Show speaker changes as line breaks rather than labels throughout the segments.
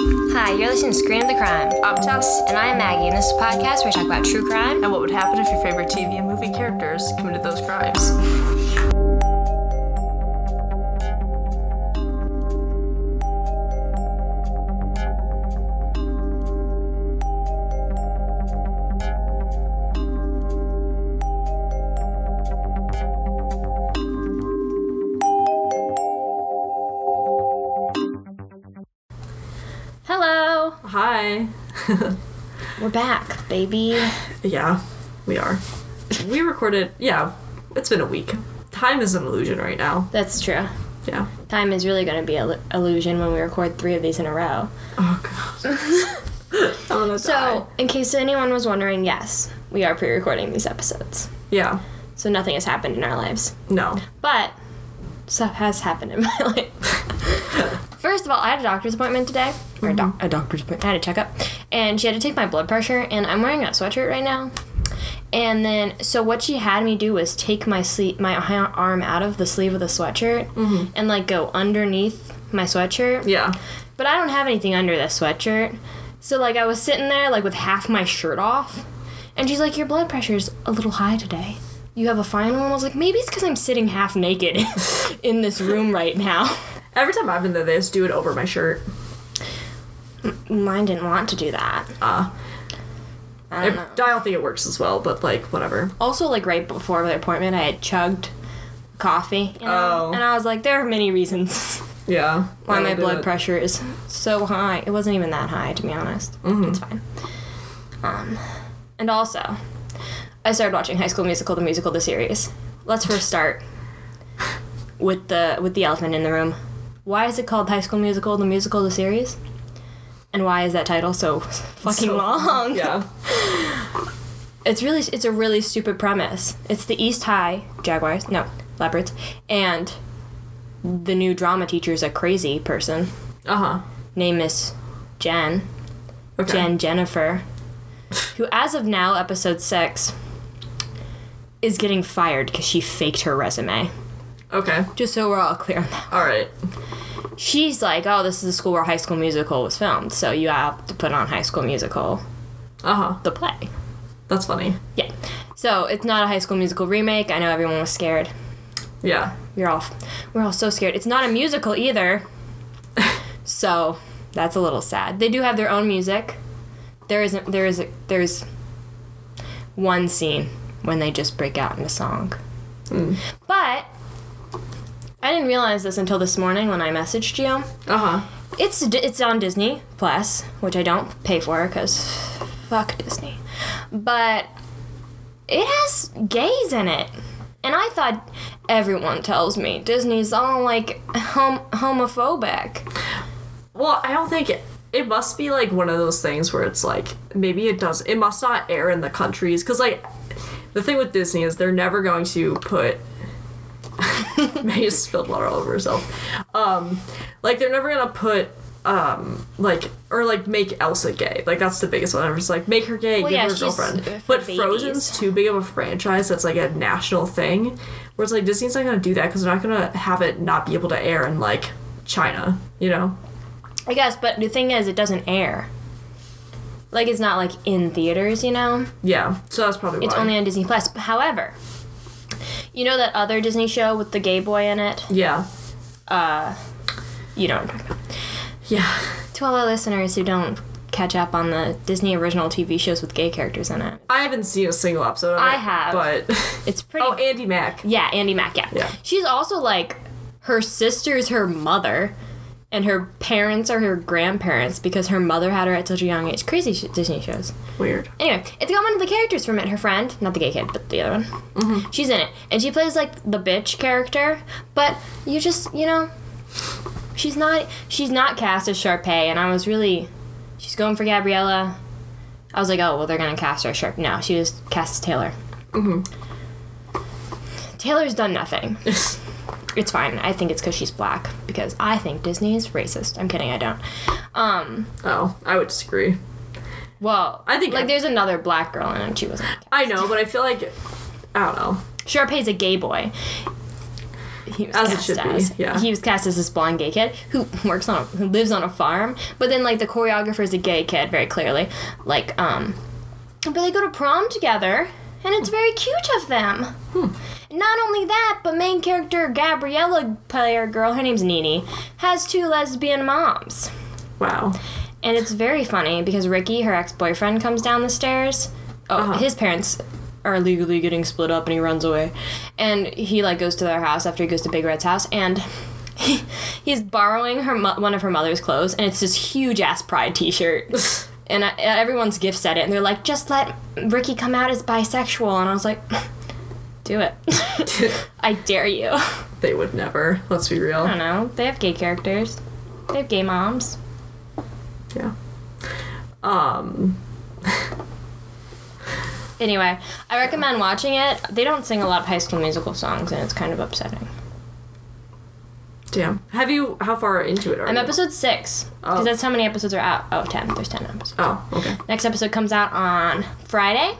Hi, you're listening to Scream the Crime.
I'm Tess,
And I'm Maggie, and this is a podcast where we talk about true crime.
and what would happen if your favorite TV and movie characters committed those crimes?
Hello!
Hi.
We're back, baby.
Yeah, we are. We recorded, yeah, it's been a week. Time is an illusion right now.
That's true.
Yeah.
Time is really going to be an illusion when we record three of these in a row.
Oh, God. I'm gonna
So,
die.
in case anyone was wondering, yes, we are pre recording these episodes.
Yeah.
So, nothing has happened in our lives.
No.
But, stuff has happened in my life. First of all, I had a doctor's appointment today. Or a, doc- a doctor's appointment. I had a checkup. And she had to take my blood pressure, and I'm wearing that sweatshirt right now. And then, so what she had me do was take my sleeve, my ha- arm out of the sleeve of the sweatshirt, and like go underneath my sweatshirt.
Yeah.
But I don't have anything under this sweatshirt, so like I was sitting there like with half my shirt off, and she's like, "Your blood pressure's a little high today. You have a final." And I was like, "Maybe it's because I'm sitting half naked in this room right now."
Every time I've been there, they just do it over my shirt.
Mine didn't want to do that.
Uh,
I
I,
don't know.
I don't think it works as well, but like, whatever.
Also, like right before the appointment, I had chugged coffee, you know?
Oh.
and I was like, "There are many reasons."
Yeah.
why my
That'll do
blood
it.
pressure is so high. It wasn't even that high, to be honest.
Mm-hmm.
It's fine. Um, and also, I started watching High School Musical: The Musical: The Series. Let's first start with the with the elephant in the room. Why is it called High School Musical: The Musical: The Series? And why is that title so fucking
So-
long?
Yeah.
It's really it's a really stupid premise. It's the East High Jaguars, no Leopards, and the new drama teacher is a crazy person
Uh huh.
name is Jen,
Okay.
Jen Jennifer, who as of now, episode six, is getting fired because she faked her resume.
Okay.
Just so we're all clear on that.
All right.
She's like, oh, this is the school where High School Musical was filmed, so you have to put on High School Musical,
Uh huh.
the play.
That's funny.
Yeah. So it's not a High School Musical remake. I know everyone was scared.
Yeah.
We're all, we're all so scared. It's not a musical either. so that's a little sad. They do have their own music. There isn't. There is. a- There's one scene when they just break out into song. But I didn't realize this until this morning when I messaged you.
Uh huh.
It's it's on Disney Plus, which I don't pay for because fuck Disney. But it has gays in it, and I thought everyone tells me Disney's all like hom- homophobic.
Well, I don't think it, it must be like one of those things where it's like maybe it does it must not air in the countries because like the thing with Disney is they're never going to put. May just spilled water all over herself. Um, like they're never gonna put um like or like make Elsa gay. Like that's the biggest one. I'm just like make her gay, give
yeah,
her a
she's, uh,
girlfriend.
for
But
babies.
Frozen's too big of a franchise that's like a national thing. Where it's like Disney's not gonna do that because they're not gonna have it not be able to air in like China. You know?
I guess, but the thing is, it doesn't air. Like it's not like in theaters, you know.
Yeah, so that's probably
It's
why.
only on Disney Plus. However, you know that other Disney show with the gay boy in it.
yeah,
You know what I'm talking about.
yeah,
To all our listeners who don't catch up on the Disney original TV shows with gay characters in it,
I haven't seen a single episode. Of
I
it,
have.
but
it's pretty.
oh, Andy Mack.
yeah, Andy Mack. Yeah.
Yeah.
she's also like her sister's her mother, and her parents are her grandparents because her mother had her at such a young age. Crazy sh- Disney shows.
Weird.
Anyway, it's got one of the characters from it. Her friend, not the gay kid, but the other one.
Mm-hmm.
She's in it, and she plays like the bitch character. But you just, you know, she's not she's not cast as Sharpay, and I was really she's going for Gabriella. I was like, oh well, they're gonna cast her as Sharp. No, she was cast as Taylor.
Mm-hmm.
Taylor's done nothing. It's fine. I think it's because she's black. Because I think Disney's racist. I'm kidding. I don't. Um.
oh, I would disagree.
Well,
I think-
like there's another black girl in it. and She wasn't.
I know, but I feel like I don't know.
Sharpay's a gay boy. he was
As it
cast
should be,
as.
yeah.
He was cast as this blonde gay kid who works on who lives on a farm, but then like the choreographer is a gay kid very clearly. Like um but they go to prom together and it's very cute of them.
Hmm.
Not only that, but main character Gabriella player girl, her name's Nini, has two lesbian moms.
Wow.
And it's very funny because Ricky, her ex boyfriend, comes down the stairs. Oh, his parents are legally getting split up and he runs away. And he like goes to their house after he goes to Big Red's house and he, he's borrowing her mo- one of her mother's clothes and it's this huge ass pride t-shirt. and I, everyone's gift said it and they're like just let Ricky come out as bisexual and I was like do it. I dare you. I
They would never. Let's be
don't
real.
know. They have gay characters. They have gay moms.
Yeah. Um.
Anyway, I recommend watching it. They don't sing a lot of High School Musical songs, and it's kind of upsetting.
Damn. Have you? How far into it are
I'm
you?
episode six because
Oh.
that's how many episodes are out. Oh, ten. There's ten episodes.
Oh. Okay.
Next episode comes out on Friday.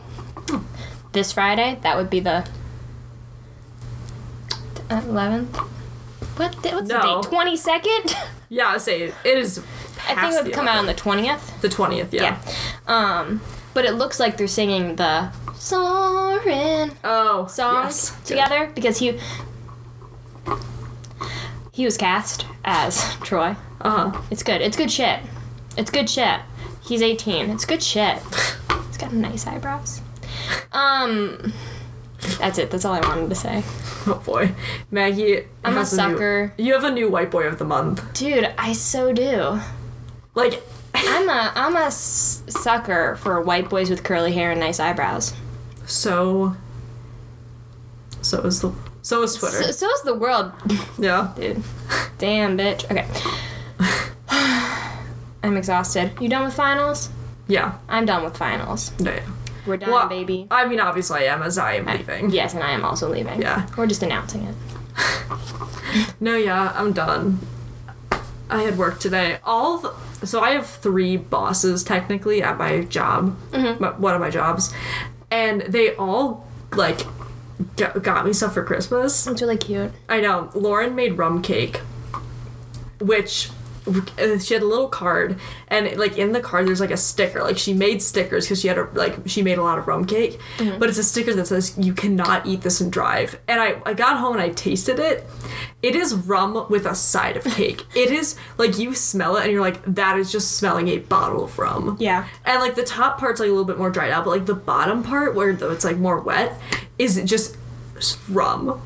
This Friday, that would be the eleventh. What? the- What's
No.
the date? Twenty second.
Yeah. I say it is.
I think it would come out on the twentieth.
the twentieth. Yeah.
Yeah. Um, but it looks like they're singing the "Soarin'"
Oh.
songs
yes.
together because he he was cast as Troy.
Uh huh.
It's good. It's good shit. It's good shit. He's 18. It's good shit. He's got nice eyebrows. Um that's it. That's all I wanted to say.
Oh boy, Maggie.
I'm a
has new-
sucker.
you have a new white boy of the month.
Dude, I so do.
Like.
I'm a I'm a s- sucker for white boys with curly hair and nice eyebrows.
So. So is the. So is Twitter.
So, so is the world,
yeah.
dude. Damn, bitch. Okay. I'm exhausted. You done with finals?
Yeah.
I'm done with finals.
No, yeah.
We're done,
Well,
baby. Uh,
I mean, obviously, I am as I am leaving.
Yes, and I am also leaving.
Yeah.
We're just announcing it.
No, yeah, I'm done. I had work today. All the, so I have three bosses technically at my job,
Mm-hmm.
my, one of my jobs, and they all like g- got me stuff for Christmas.
It's really cute.
I know. Lauren made rum cake, which uh, she had a little card, and like in the card, there's like a sticker. Like she made stickers because she had a like she made a lot of rum cake, but it's a sticker that says you cannot eat this and drive. And I I got home and I tasted it. It is rum with a side of cake. it is like you smell it and you're like that is just smelling a bottle of rum.
Yeah.
And like the top part's like a little bit more dried out, but like the bottom part where the- it's like more wet is just rum.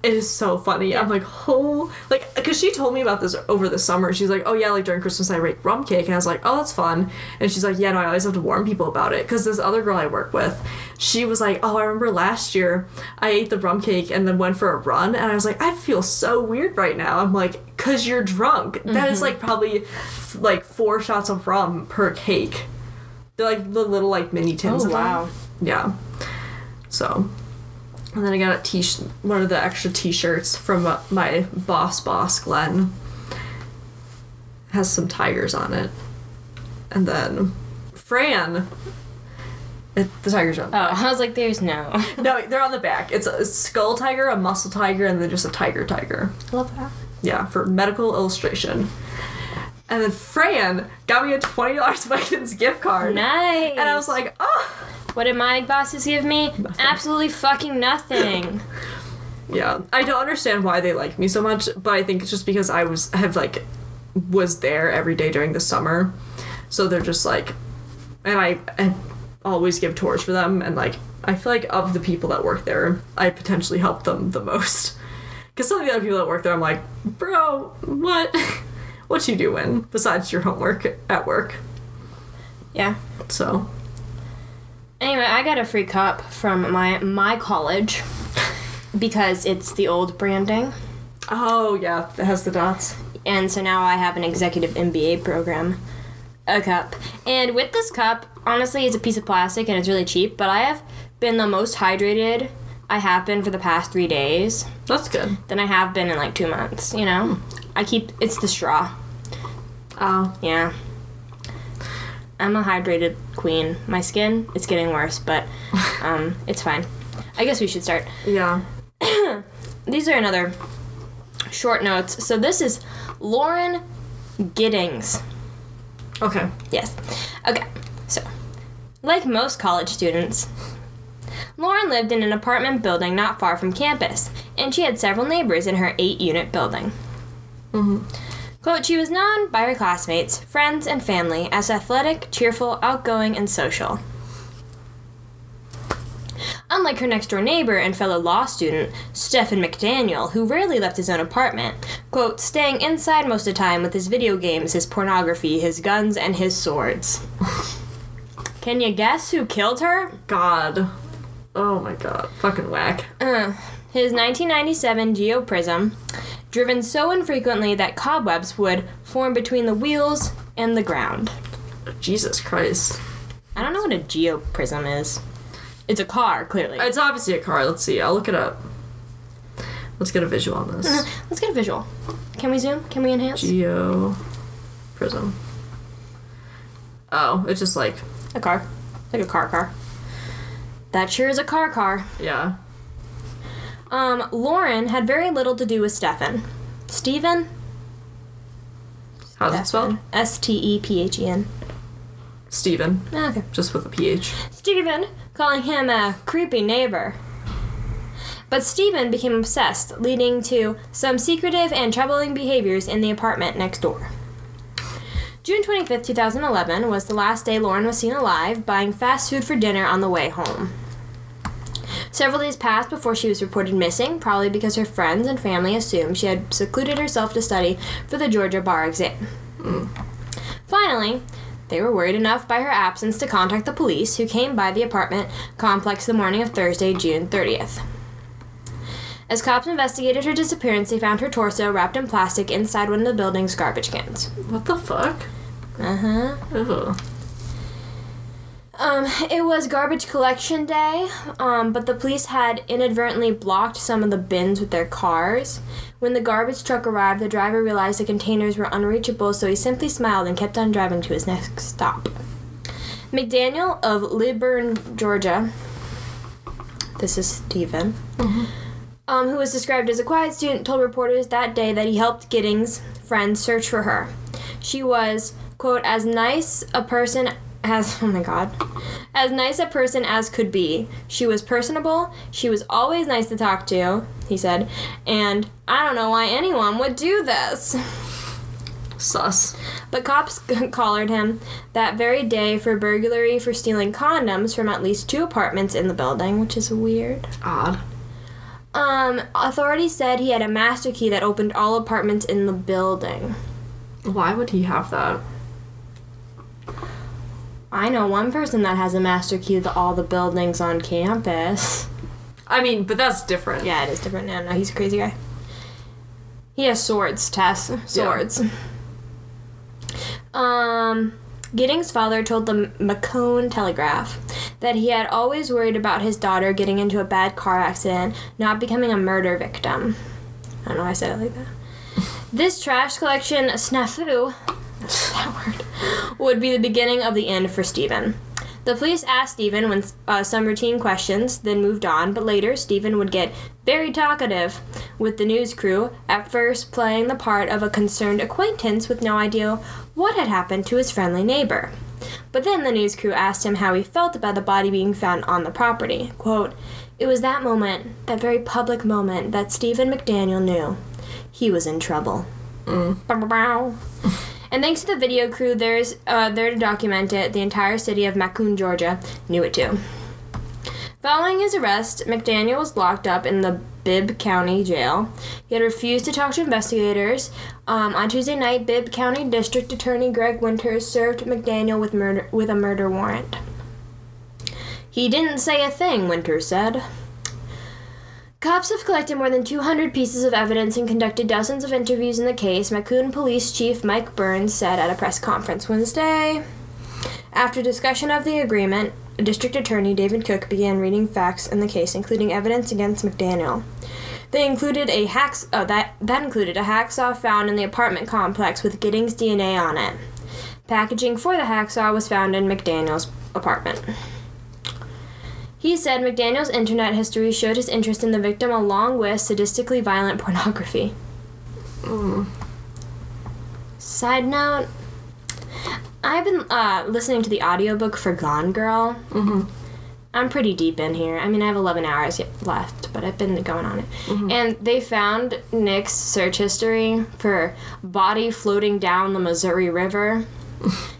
It is so funny. I'm like, oh, like, because she told me about this over the summer. She's like, oh yeah, like during Christmas I make rum cake, and I was like, oh, that's fun. And she's like, yeah, no, I always have to warn people about it because this other girl I work with, she was like, oh, I remember last year I ate the rum cake and then went for a run, and I was like, I feel so weird right now. I'm like, cause you're drunk. That
Mm-hmm.
is like probably like four shots of rum per cake. They're like the little like mini tins.
Oh,
of them.
wow.
Yeah. So, and then I got a t one of the extra t-shirts from uh, my boss boss Glenn. Has some tigers on it, and then Fran. It, the tigers are on.
Oh, I was like, there's no. I
No, they're on the back. It's a skull tiger, a muscle tiger, and then just a tiger tiger.
love that.
Yeah, for medical illustration. And then Fran got me a twenty dollars Vikings gift card.
Nice.
And I was like, oh.
what did my bosses give me? Absolutely fucking nothing.
Yeah, I don't understand why they like me so much, but I think it's just because I was have like was there every day during the summer, so they're just like, and I, I always give tours for them, and like I feel like of the people that work there, I potentially help them the most, because some of the other people that work there, I'm like, bro, what, what you doing besides your homework at work?
yeah.
So
Anyway, I got a free cup from my my college because it's the old branding.
oh yeah, that has the dots.
and so now I have an executive MBA program, a cup. And with this cup, honestly, it's a piece of plastic and it's really cheap, but I have been the most hydrated I have been for the past three days
That's good.
than I have been in like two months, you know? I keep, it's the straw,
Oh
yeah. I'm a hydrated queen. My skin, it's getting worse, but um, it's fine. I guess we should start.
yeah.
these are another short notes. So this is Lauren Giddings.
Okay.
Yes. Okay. So, like most college students, Lauren lived in an apartment building not far from campus, and she had several neighbors in her eight unit building. Quote, she was known by her classmates, friends, and family as athletic, cheerful, outgoing, and social. Unlike her next door neighbor and fellow law student, Stephen McDaniel, who rarely left his own apartment, quote, staying inside most of the time with his video games, his pornography, his guns, and his swords. Can you guess who killed her?
God. Oh my god. Fucking whack.
Uh, his 1997 Geo Prism, driven so infrequently that cobwebs would form between the wheels and the ground.
Jesus Christ.
I don't know what a Geo Prism is. It's a car, clearly.
It's obviously a car. Let's see. I'll look it up. Let's get a visual on this.
Let's get a visual. Can we zoom? Can we enhance?
Geo prism. Oh, it's just like
a car. Like a car car. That sure is a car car.
yeah.
Um, Lauren had very little to do with Stefan. Stephen?
How's it spelled?
S T E P H E N.
Steven.
Okay.
Just with a PH.
Stephen, calling him a creepy neighbor. But Stephen became obsessed, leading to some secretive and troubling behaviors in the apartment next door. June 25th, 2011 was the last day Lauren was seen alive, buying fast food for dinner on the way home. Several days passed before she was reported missing, probably because her friends and family assumed she had secluded herself to study for the Georgia bar exam. Finally, they were worried enough by her absence to contact the police, who came by the apartment complex the morning of Thursday, June 30th. As cops investigated her disappearance, they found her torso wrapped in plastic inside one of the building's garbage cans.
What the fuck?
Uh huh.
Ew.
Um, it was garbage collection day, um, but the police had inadvertently blocked some of the bins with their cars. When the garbage truck arrived, the driver realized the containers were unreachable, so he simply smiled and kept on driving to his next stop. McDaniel of Liburn, Georgia. This is Stephen. Um, who was described as a quiet student, told reporters that day that he helped Giddings' friends search for her. She was, quote, as nice a person as, oh my god, as nice a person as could be. She was personable, she was always nice to talk to, he said, and I don't know why anyone would do this.
Sus.
But cops collared him that very day for burglary for stealing condoms from at least two apartments in the building, which is weird.
Odd.
Um, authorities said he had a master key that opened all apartments in the building.
Why would he have that?
I know one person that has a master key to all the buildings on campus.
I mean, but that's different.
Yeah, it is different now. No, he's a crazy guy. He has swords, Tess. Swords. Um, Giddings' father told the McCone Telegraph that he had always worried about his daughter getting into a bad car accident, not becoming a murder victim. I don't know why I said it like that. This trash collection snafu, that word, would be the beginning of the end for Stephen. The police asked Stephen when, uh, some routine questions, then moved on, but later Stephen would get very talkative with the news crew, at first playing the part of a concerned acquaintance with no idea what had happened to his friendly neighbor. But then the news crew asked him how he felt about the body being found on the property. Quote, It was that moment, that very public moment, that Stephen McDaniel knew he was in trouble. Bow, bow, bow. and thanks to the video crew, there's uh, there to document it. The entire city of Macon, Georgia, knew it too. Following his arrest, McDaniel was locked up in the Bibb County Jail. He had refused to talk to investigators. Um, on Tuesday night, Bibb County District Attorney Greg Winters served McDaniel with murder with a murder warrant. He didn't say a thing, Winters said. Cops have collected more than 200 pieces of evidence and conducted dozens of interviews in the case, Macon Police Chief Mike Burns said at a press conference Wednesday. After discussion of the agreement, District Attorney David Cook began reading facts in the case, including evidence against McDaniel. They included a hacks oh, that that included a hacksaw found in the apartment complex with Giddings' DNA on it. Packaging for the hacksaw was found in McDaniel's apartment. He said McDaniel's internet history showed his interest in the victim along with sadistically violent pornography. Side note I've been uh, listening to the audiobook for Gone Girl. Mm-hmm. I'm pretty deep in here. I mean, I have 11 hours yet left, but I've been going on it. And they found Nick's search history for body floating down the Missouri River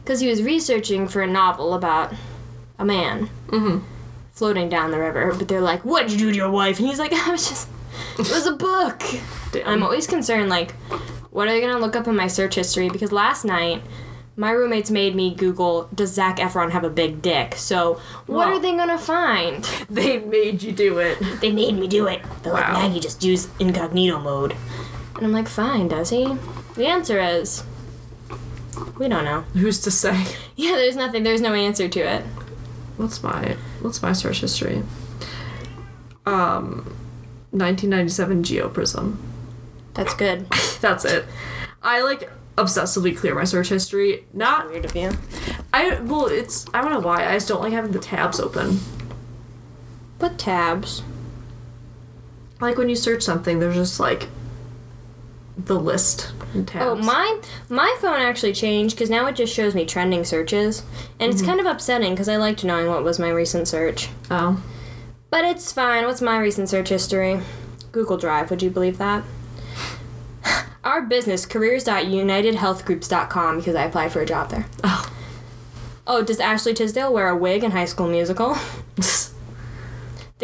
because he was researching for a novel about a man floating down the river. But they're like, What'd you do to your wife? And he's like, I was just, it was a book. I'm always concerned, like, what are they gonna look up in my search history? Because last night, my roommates made me Google, does Zach Efron have a big dick? So, what
Wow.
are they gonna find?
They made you do it.
They made me do it. They're like,
Wow.
Maggie, just use incognito mode. And I'm like, fine, does he? The answer is, we don't know.
Who's to say?
Yeah, there's nothing, there's no answer to it.
What's my what's my search history? Um 1997 Geo Prism.
That's good.
That's it. I like obsessively clear my search history. Not
Weird of you.
I well it's I don't know why. I just don't like having the tabs open.
But tabs.
Like when you search something, there's just like the list and tabs.
Oh, my my phone actually changed because now it just shows me trending searches, and it's kind of upsetting because I liked knowing what was my recent search.
Oh.
But it's fine. What's my recent search history? Google Drive. Would you believe that? Our business careers.unitedhealthgroups.com because I applied for a job there.
Oh.
Oh, does Ashley Tisdale wear a wig in High School Musical?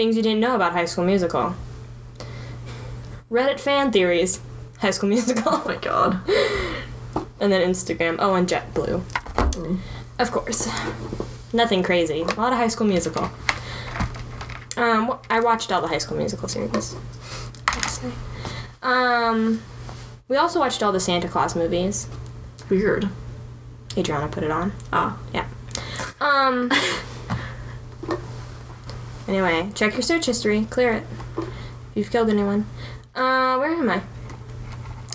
Things you didn't know about High School Musical. Reddit fan theories. High School Musical.
oh my god.
and then Instagram. Oh, and JetBlue. Of course. Nothing crazy. A lot of High School Musical. Um, wh- I watched all the High School Musical series. I'd say. Um, we also watched all the Santa Claus movies.
Weird.
Adriana put it on.
Ah.
Yeah. Um. anyway, check your search history. Clear it. If you've killed anyone. Uh, where am I?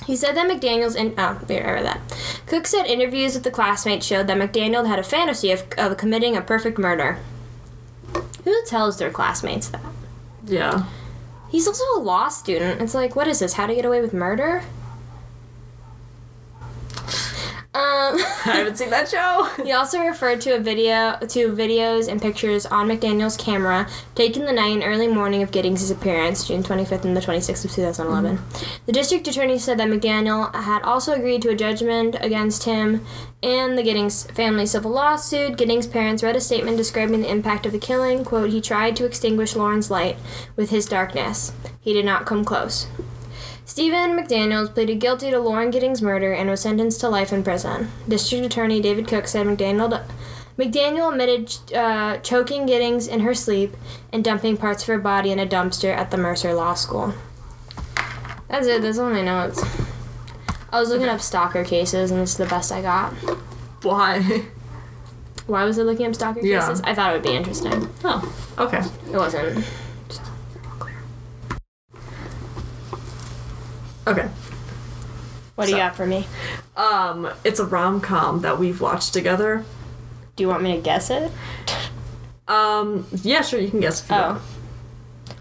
He said that McDaniel's in. Oh, there, I read that. Cook said interviews with the classmates showed that McDaniel had a fantasy of, of committing a perfect murder. Who tells their classmates that?
Yeah.
He's also a law student. It's like, what is this? How to get away with murder? Um.
I haven't seen that show.
He also referred to a video to videos and pictures on McDaniel's camera taken the night and early morning of Giddings' disappearance, June 25th and the 26th of 2011. The district attorney said that McDaniel had also agreed to a judgment against him in the Giddings family civil lawsuit. Giddings' parents read a statement describing the impact of the killing. "Quote: He tried to extinguish Lauren's light with his darkness. He did not come close." Stephen McDaniels pleaded guilty to Lauren Giddings' murder and was sentenced to life in prison. District Attorney David Cook said McDaniel, McDaniel admitted uh, choking Giddings in her sleep and dumping parts of her body in a dumpster at the Mercer Law School. That's it. That's all my notes. I was looking up stalker cases, and this is the best I got.
Why?
Why was I looking up stalker
Yeah.
cases? I thought it would be interesting.
Oh. Okay.
It wasn't.
Okay.
What do you got for me?
Um, it's a rom com that we've watched together.
Do you want me to guess it?
Um, yeah, sure, you can guess. If you
Oh.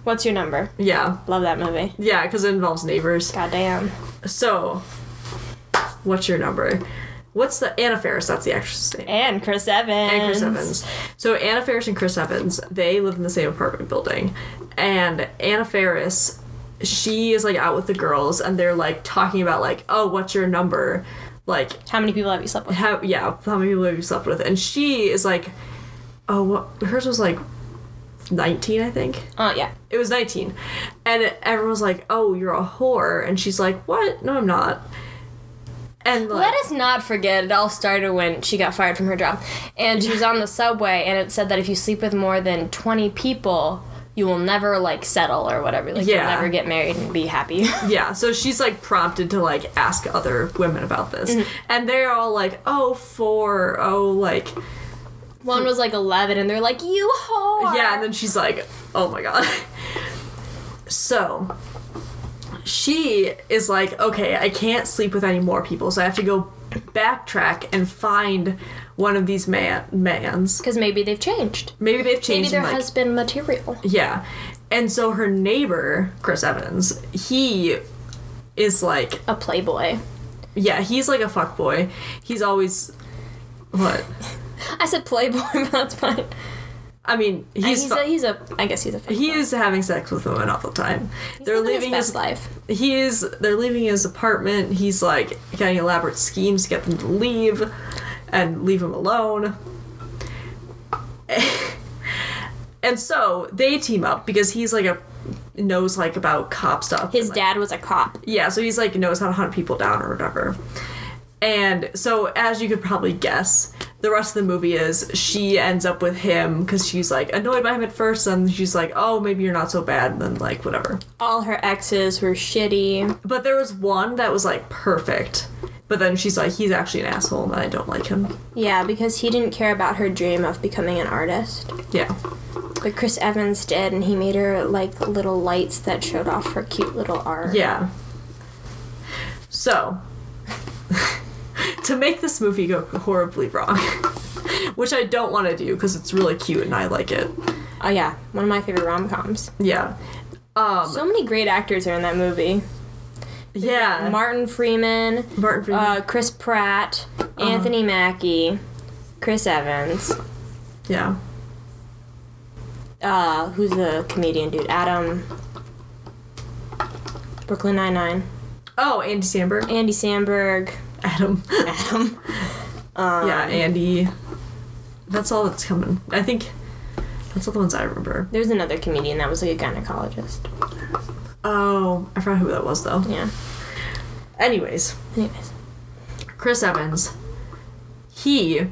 What's your number?
want. Yeah,
Love that movie.
yeah, because it involves neighbors.
Goddamn.
So, what's your number? What's the Anna Faris? That's the actress' name.
And Chris Evans.
and Chris Evans. So Anna Faris and Chris Evans, they live in the same apartment building. And Anna Faris, she is like out with the girls and they're like talking about like, oh, what's your number? Like
How many people have you slept with?
how yeah, how many people have you slept with? And she is like, oh what hers was like nineteen, I think.
Oh, yeah.
It was 19. And everyone's like, oh, you're a whore. And she's like, what? No, I'm not. And like,
Let us not forget, it all started when she got fired from her job. And she was on the subway, and it said that if you sleep with more than 20 people, you will never, like, settle or whatever. Like,
Yeah.
you'll never get married and be happy.
Yeah, so she's like prompted to like ask other women about this. And they're all like, oh, four, oh, like.
One was, like, 11, and they're like, you whore!
Yeah, and then she's like, oh my god. So she is like, okay, I can't sleep with any more people, so I have to go backtrack and find one of these man mans.
Because maybe they've changed.
Maybe they've
Maybe
changed.
there
and, like,
has been material.
Yeah. And so her neighbor, Chris Evans, he is like,
A playboy.
yeah, he's like a fuckboy. He's always, what?
I said playboy, but that's fine.
I mean,
He's,
he's,
a,
fu-
he's a. I guess he's a. fuckboy.
he is having sex with women all the time.
He's
they're
living
leaving
his best
his,
life.
he is, they're leaving his apartment. He's like getting elaborate schemes to get them to leave and leave him alone. and so they team up because he's like a, knows like about cop stuff.
His
and, like,
dad was a cop.
Yeah, so he's like knows how to hunt people down or whatever. And so, as you could probably guess, the rest of the movie is she ends up with him because she's like annoyed by him at first, and she's like, "Oh, maybe you're not so bad," and then like whatever.
All her exes were shitty.
But there was one that was like perfect, but then she's like, "He's actually an asshole, and I don't like him."
Yeah, because he didn't care about her dream of becoming an artist.
Yeah,
But Chris Evans did, and he made her like little lights that showed off her cute little art.
yeah. So, to make this movie go horribly wrong, which I don't want to do because it's really cute and I like it.
Oh yeah, one of my favorite rom coms.
Yeah. Um,
So many great actors are in that movie.
yeah.
Martin Freeman,
Martin Freeman.
uh, Chris Pratt, Anthony Mackie, Chris Evans,
yeah.
uh, who's the comedian dude? Adam. Brooklyn Nine Nine.
Oh, Andy Samberg.
Andy Samberg.
Adam.
Adam.
yeah, Andy. That's all that's coming. I think that's all the ones I remember.
There's another comedian that was like a gynecologist.
Oh, I forgot who that was though.
Yeah.
Anyways,
Anyways.
Chris Evans. He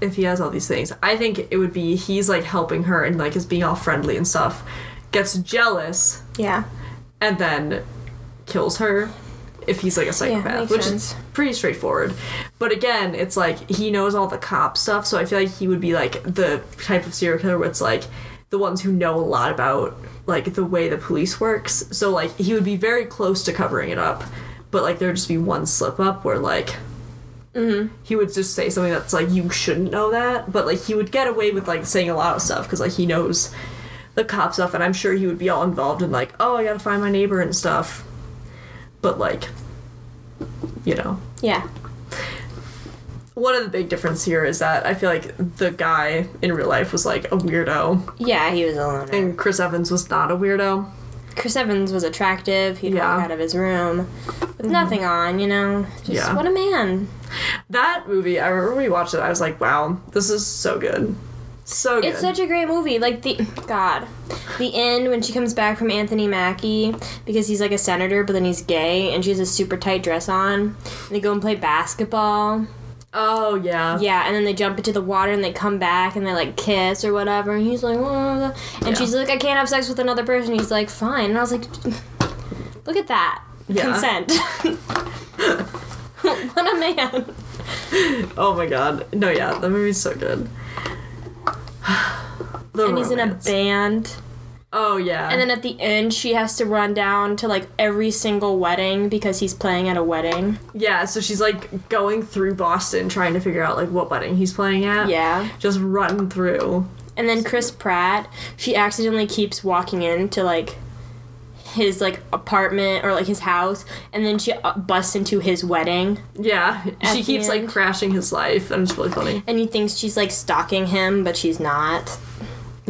if he has all these things, I think it would be he's like helping her and like is being all friendly and stuff. Gets jealous
Yeah.
and then kills her if he's like a psychopath,
makes
which
sense.
is pretty straightforward. But again, it's like he knows all the cop stuff, so I feel like he would be like the type of serial killer where it's like the ones who know a lot about like the way the police works. So like he would be very close to covering it up, but like there'd just be one slip up where like
Mm-hmm.
he would just say something that's like you shouldn't know that but like he would get away with like saying a lot of stuff because like he knows the cop stuff and i'm sure he would be all involved in like oh i gotta find my neighbor and stuff but like you know
Yeah.
one of the big difference here is that i feel like the guy in real life was like a weirdo
Yeah, he was a loner.
and chris evans was not a weirdo
Chris Evans was attractive. He'd
Yeah. Mm-hmm.
walk out of his room with nothing on, you know. Just
Yeah.
what a man.
that movie i remember we watched it i was like wow this is so good so good
It's such a great movie. Like the God, the end when she comes back from Anthony Mackie because he's like a senator, but then he's gay, and she has a super tight dress on. And they go and play basketball.
oh yeah
Yeah, and then they jump into the water and they come back and they like kiss or whatever. And he's like, "Whoa," and she's like, I can't have sex with another person. He's like, fine. And I was like, look at that.
Yeah.
Consent. what a man.
Oh my god. No, yeah, that movie's so good. The
And he's in a
romance.
band.
Oh yeah.
And then at the end, she has to run down to like every single wedding because he's playing at a wedding.
yeah, so she's like going through Boston trying to figure out like what wedding he's playing at.
Yeah.
Just running through.
And then Chris Pratt, she accidentally keeps walking into like his like apartment or like his house, and then she uh, busts into his wedding,
Yeah.
At
she
the
keeps
end.
like crashing his life and it's really funny.
and he thinks she's like stalking him, but she's not.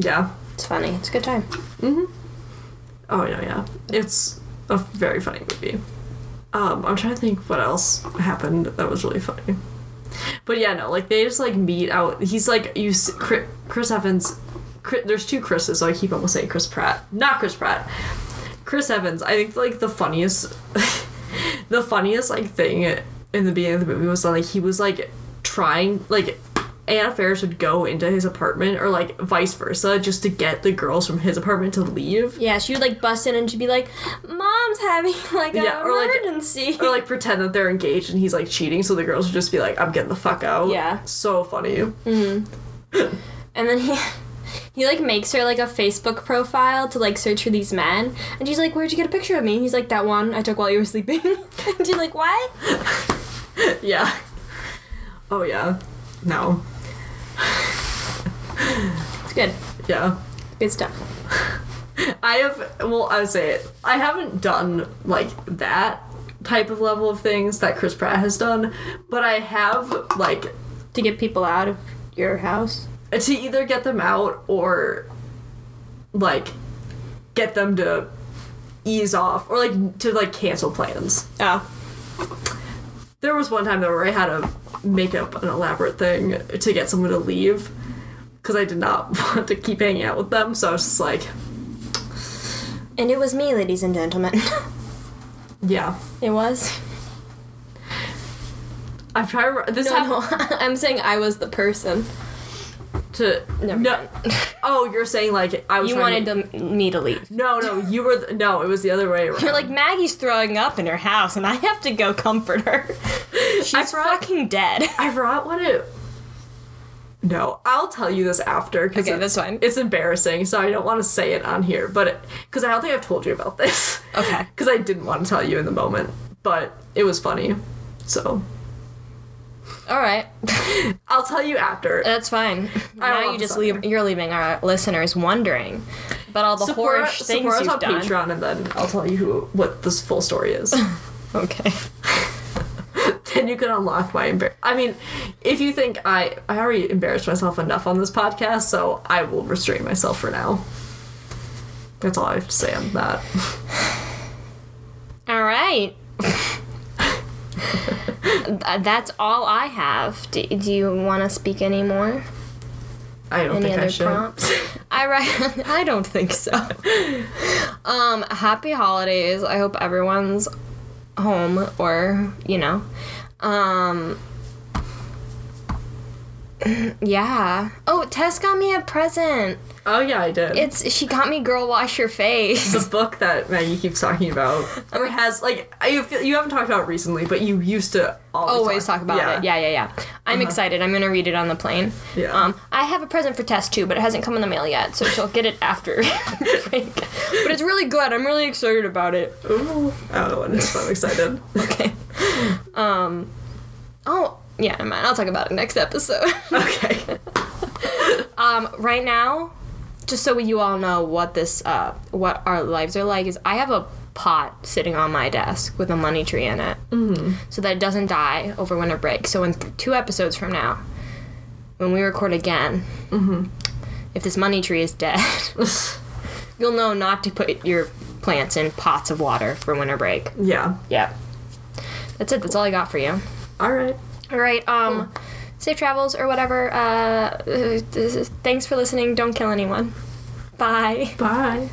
Yeah.
It's funny. It's a good time.
Oh no, yeah. It's a very funny movie. Um, I'm trying to think what else happened that was really funny. But yeah, no, like they just like meet out. He's like you, s- Chri- Chris Evans. Chris, there's two Chris's, so I keep almost saying Chris Pratt, not Chris Pratt. Chris Evans. I think like the funniest, the funniest like thing in the beginning of the movie was that like he was like trying like. Anna Faris would go into his apartment, or like vice versa, just to get the girls from his apartment to leave.
Yeah, she would like bust in and she'd be like, "Mom's having like an
Yeah, or, like-
emergency."
or like pretend that they're engaged and he's like cheating so the girls would just be like i'm getting the fuck out
Yeah.
so funny
And then he he like makes her like a Facebook profile to like search for these men. And she's like, Where'd you get a picture of me? And he's like, That one I took while you were sleeping. and she's like, What?
yeah. Oh yeah. No.
It's good.
Yeah.
Good stuff.
I have well, I'll say it. I haven't done like that type of level of things that Chris Pratt has done, but I have like
To get people out of your house.
to either get them out or like get them to ease off or like to like cancel plans.
Oh.
There was one time though where I had to make up an elaborate thing to get someone to leave because I did not want to keep hanging out with them. So I was just like,
And it was me, ladies and gentlemen.
yeah.
it was.
I'm trying to remember. This
No,
happened
no. I'm saying I was the person.
to
Never
no. oh, you're saying like I was.
You
trying
wanted
to.
to, me to leave.
No, no, you were. The, no, it was the other way around.
You're like Maggie's throwing up in her house, and I have to go comfort her. She's
forgot-
fucking dead.
I forgot what it. No, I'll tell you this after because
Okay, that's fine.
It's embarrassing, so I don't want to say it on here, but because I don't think I've told you about this.
Okay.
Because I didn't want to tell you in the moment, but it was funny, so
All right,
I'll tell you after.
that's fine. now
want
you just
this on
leave. You're leaving our listeners wondering about all the
Support-
horrish things
support us
you've done.
on Patreon, and then I'll tell you who, what this full story is.
Okay.
then you can unlock my embar- I mean, if you think I I already embarrassed myself enough on this podcast, so I will restrain myself for now. That's all I have to say on that.
All right. Th- That's all I have. Do, do you want to speak any more?
I don't
Any
think I
other
should.
prompts? I ri- I don't think so. Um, happy holidays. I hope everyone's home or you know, um, yeah. Oh, Tess got me a present.
Oh yeah, I did.
It's she got me girl wash your face.
the book that Maggie keeps talking about, or has like I feel, you haven't talked about it recently, but you used to always,
always talk about it. Yeah, yeah, yeah. I'm excited. I'm gonna read it on the plane.
Yeah.
Um, I have a present for Tess too, but it hasn't come in the mail yet, so she'll get it after break. But it's really good. I'm really excited about it.
Ooh, I don't know what it is, but I'm excited.
Okay. Um. Oh yeah, never mind. I'll talk about it next episode.
okay.
um. Right now, just so you all know what this uh what our lives are like is I have a pot sitting on my desk with a money tree in it, mm-hmm. so that it doesn't die over winter break. So in th- two episodes from now, when we record again, mm-hmm. if this money tree is dead, you'll know not to put your plants in pots of water for winter break.
yeah.
Yeah. That's it. That's all I got for you.
All right.
All right. Um, safe travels or whatever. Uh, uh, this is- thanks for listening. Don't kill anyone. Bye.
Bye.